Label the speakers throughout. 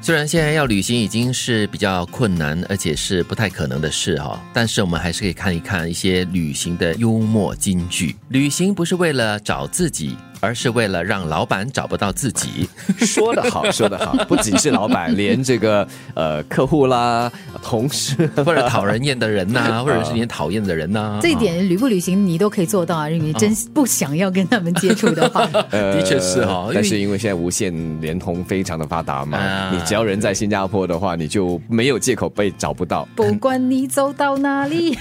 Speaker 1: 虽然现在要旅行已经是比较困难，而且是不太可能的事哈、但是我们还是可以看一看一些旅行的幽默金句。旅行不是为了找自己，而是为了让老板找不到自己。
Speaker 2: 说得 好，说得好，不仅是老板，连这个呃客户啦、同事
Speaker 1: 或者讨人厌的人 呐、或者是你讨厌的人呐、
Speaker 3: 啊这一点旅不旅行你都可以做到啊！如果你真不想要跟他们接触的 话，
Speaker 2: 呃
Speaker 1: 的确是哈因为
Speaker 2: 但是因为现在无线联通非常的发达嘛，
Speaker 1: 啊
Speaker 2: 你只要人在新加坡的话，你就没有借口被找不到。
Speaker 3: 不管你走到哪 里，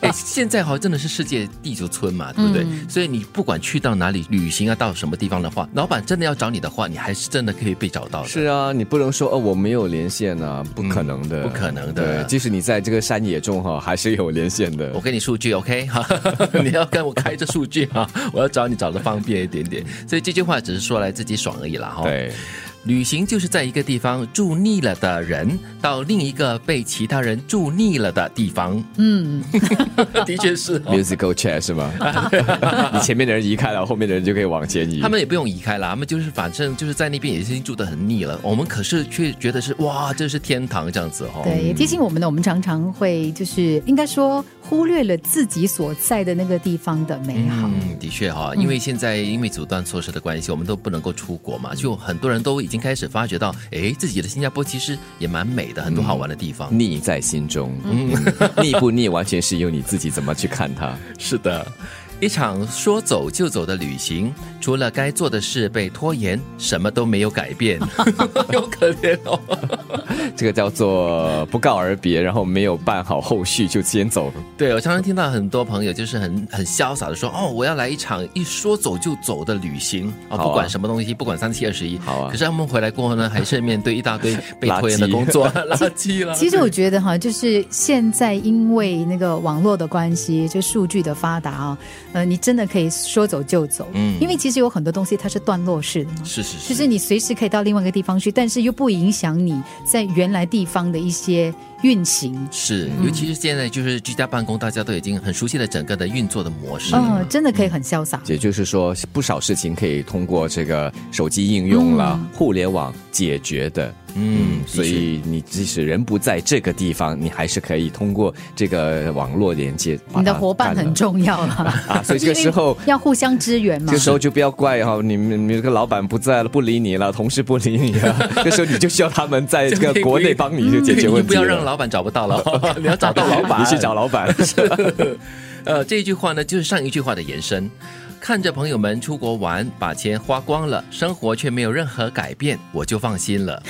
Speaker 1: 哎，现在好像真的是世界地球村嘛，对不对？
Speaker 3: 嗯
Speaker 1: 所以你不管去到哪里旅行啊，到什么地方的话，老板真的要找你的话，你还是真的可以被找到的。
Speaker 2: 是啊，你不能说哦我没有连线啊，不可能
Speaker 1: 嗯
Speaker 2: 的，
Speaker 1: 不可能的哦
Speaker 2: 对即使你在这个山野中哈，还是有连线的
Speaker 1: 我。给你数据，OK 哈， 你要跟我开这数据哈，我要找你找的方便一点点。所以这句话只是说来自己爽而已啦哈。，
Speaker 2: 对，
Speaker 1: 旅行就是在一个地方住腻了的人，到另一个被其他人住腻了的地方。
Speaker 3: 嗯，
Speaker 1: 的确是、
Speaker 2: musical chair 是吗？你前面的人移开了，后面的人就可以往前移。
Speaker 1: 他们也不用移开了，他们就是反正就是在那边也已经住得很腻了。我们可是却觉得是哇，这是天堂这样子哦。
Speaker 3: 对，也提醒我们呢，我们常常会就是应该说忽略了自己所在的那个地方的美好。
Speaker 1: 嗯，的确哈、因为现在因为阻断措施的关系，我们都不能够出国嘛，就很多人都已经开始发觉到，哎，自己的新加坡其实也蛮美的，很多好玩的地方。
Speaker 2: 腻在心中， 嗯，腻不腻完全是由你自己怎么去看它。
Speaker 1: 是的，一场说走就走的旅行，除了该做的事被拖延，什么都没有改 变，有可怜哦。
Speaker 2: 这个叫做不告而别，然后没有办好后续就先走。
Speaker 1: 对，我常常听到很多朋友就是很很潇洒的说，哦，我要来一场一说走就走的旅行啊、
Speaker 2: 好啊
Speaker 1: 不管什么东西，不管三七二十一。
Speaker 2: 好啊
Speaker 1: 可是他们回来过后呢，还是面对一大堆被
Speaker 2: 垃圾
Speaker 1: 拖延的工 作，垃圾了。
Speaker 3: 其实我觉得哈，就是现在因为那个网络的关系，就数据的发达啊，呃，你真的可以说走就走，
Speaker 1: 嗯
Speaker 3: 因为其实有很多东西它是段落式的嘛，
Speaker 1: 是是
Speaker 3: 就是你随时可以到另外一个地方去，但是又不影响你在原来地方的一些运行。
Speaker 1: 是，
Speaker 3: 嗯
Speaker 1: 尤其是现在就是居家办公，大家都已经很熟悉了整个的运作的模式。
Speaker 3: 嗯、真的可以很潇洒。
Speaker 2: 也就是说，不少事情可以通过这个手机应用啦、互联网解决的。
Speaker 1: 嗯
Speaker 2: 所
Speaker 1: 的确
Speaker 2: 以你即使人不在这个地方，你还是可以通过这个网络连接把它干了。
Speaker 3: 你的伙伴很重要啦，
Speaker 2: 啊所以 这个时候
Speaker 3: 要互相支援嘛
Speaker 2: 这。时候就不要怪哈、你们你这个老板不在了，不理你了，同事不理你了，这时候你就需要他们在这个国内帮你去解
Speaker 1: 嗯
Speaker 2: 决
Speaker 1: 你
Speaker 2: 问
Speaker 1: 不
Speaker 2: 题了。
Speaker 1: 要让老板找不 到了，你要找到老板，
Speaker 2: 你去找老板。
Speaker 1: 呃，这一句话呢，就是上一句话的延伸。看着朋友们出国玩，把钱花光了，生活却没有任何改变，我就放心 了。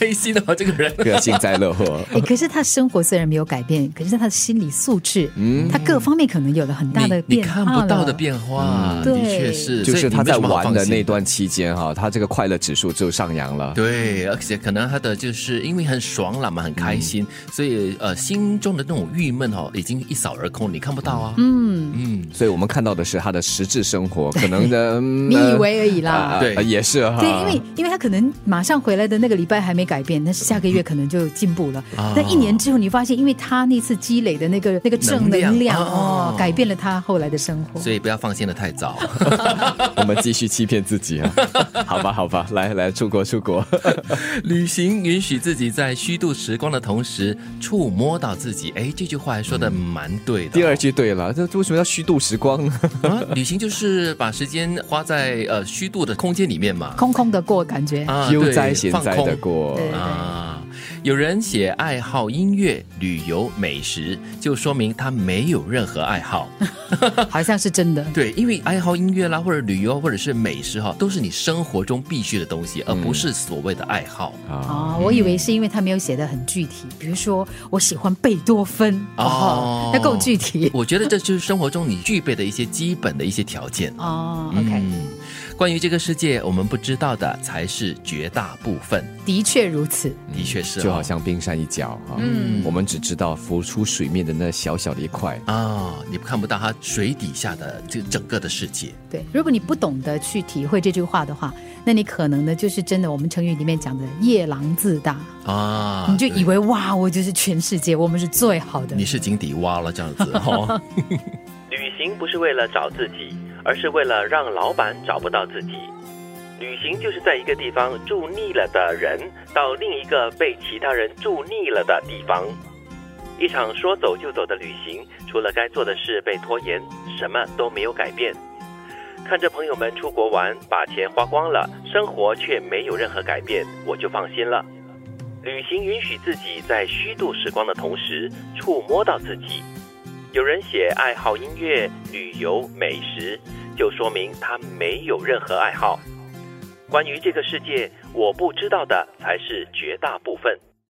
Speaker 1: 内心的我这个人，
Speaker 2: 个幸灾乐祸。
Speaker 3: 哎，可是他生活虽然没有改变，可是他的心理素质，他各方面可能有了很大的
Speaker 1: 你你
Speaker 3: 变
Speaker 1: 看
Speaker 3: 化
Speaker 1: 不到的
Speaker 3: 了
Speaker 1: 变化，
Speaker 3: 嗯
Speaker 1: 的确
Speaker 3: 对
Speaker 1: 是，
Speaker 2: 就
Speaker 1: 所以
Speaker 2: 是
Speaker 1: 你
Speaker 2: 他
Speaker 1: 没
Speaker 2: 在
Speaker 1: 什么好
Speaker 2: 玩的
Speaker 1: 放心
Speaker 2: 那段期间哈、他这个快乐指数就上扬了。
Speaker 1: 对，而且可能他的就是因为很爽朗嘛，很开心，
Speaker 2: 嗯
Speaker 1: 所以呃，心中的那种郁闷哦，已经一扫而空，你看不到啊。
Speaker 3: 嗯，
Speaker 1: 嗯，
Speaker 2: 所以我们看到的是他的实质生活，可能的。嗯
Speaker 3: 你以为而已啦。
Speaker 2: 啊
Speaker 1: 对
Speaker 2: 也是哈。
Speaker 3: 对，因为因为他可能马上回来的那个礼拜还没改变，但是下个月可能就进步了。
Speaker 1: 啊
Speaker 3: 但一年之后，你发现，因为他那次积累的那个那个正
Speaker 1: 能
Speaker 3: 能
Speaker 1: 量
Speaker 3: 量哦
Speaker 1: 哦，
Speaker 3: 改变了他后来的生活。
Speaker 1: 所以不要放心的太早。
Speaker 2: 我们继续欺骗自 己啊。好吧，好吧，来来，出国出国。
Speaker 1: 旅行允许自己在虚度时光的同时，触摸到自己。哎，这句话还说的蛮对的。
Speaker 2: 第二句对了，这为什么要虚度时光呢？
Speaker 1: 啊，旅行就是把时间花在呃虚度的空间里面嘛。
Speaker 3: 空空的过，感觉、
Speaker 1: 啊
Speaker 2: 悠哉
Speaker 1: 对
Speaker 2: 闲
Speaker 1: 放
Speaker 2: 哉
Speaker 1: 空
Speaker 2: 的过。
Speaker 3: 对
Speaker 1: 啊。有人写爱好音乐、旅游、美食，就说明他没有任何爱 好。
Speaker 3: 好像是真的。
Speaker 1: 对，因为爱好音乐啦，或者旅游，或者是美食哈，都是你生活中必须的东西，而
Speaker 2: 嗯
Speaker 1: 不是所谓的爱好。
Speaker 2: 啊，
Speaker 3: 哦，我以为是因为他没有写的很具体，比如说我喜欢贝多芬
Speaker 1: 哦
Speaker 3: 哦，那够具体
Speaker 1: 我觉得这就是生活中你具备的一些基本的一些条件。
Speaker 3: 哦。OK，、
Speaker 1: 嗯，关于这个世界，我们不知道的才是绝大部分，
Speaker 3: 的确如此。
Speaker 1: 的确是、哦，
Speaker 2: 就好像冰山一角哈。嗯，我们只知道浮出水面的那小小的一块。
Speaker 1: 啊、你看不到它水底下的这整个的世界。
Speaker 3: 对，如果你不懂得去体会这句话的话，那你可能呢就是真的我们成语里面讲的夜郎自大。
Speaker 1: 啊，
Speaker 3: 你就以
Speaker 1: 对
Speaker 3: 为哇，我就是全世界，我们是最好的。
Speaker 1: 你是井底蛙了这样子 哦。 旅行不是为了找自己，而是为了让老板找不到自己。
Speaker 4: 旅行就是在一个地方住腻了的人到另一个被其他人住腻了的地方。一场说走就走的旅行，除了该做的事被拖延，什么都没有改变。看着朋友们出国玩，把钱花光了，生活却没有任何改变，我就放心了。旅行允许自己在虚度时光的同时，触摸到自己。有人写爱好音乐、旅游、美食，就说明他没有任何爱好。关于这个世界，我不知道的才是绝大部分。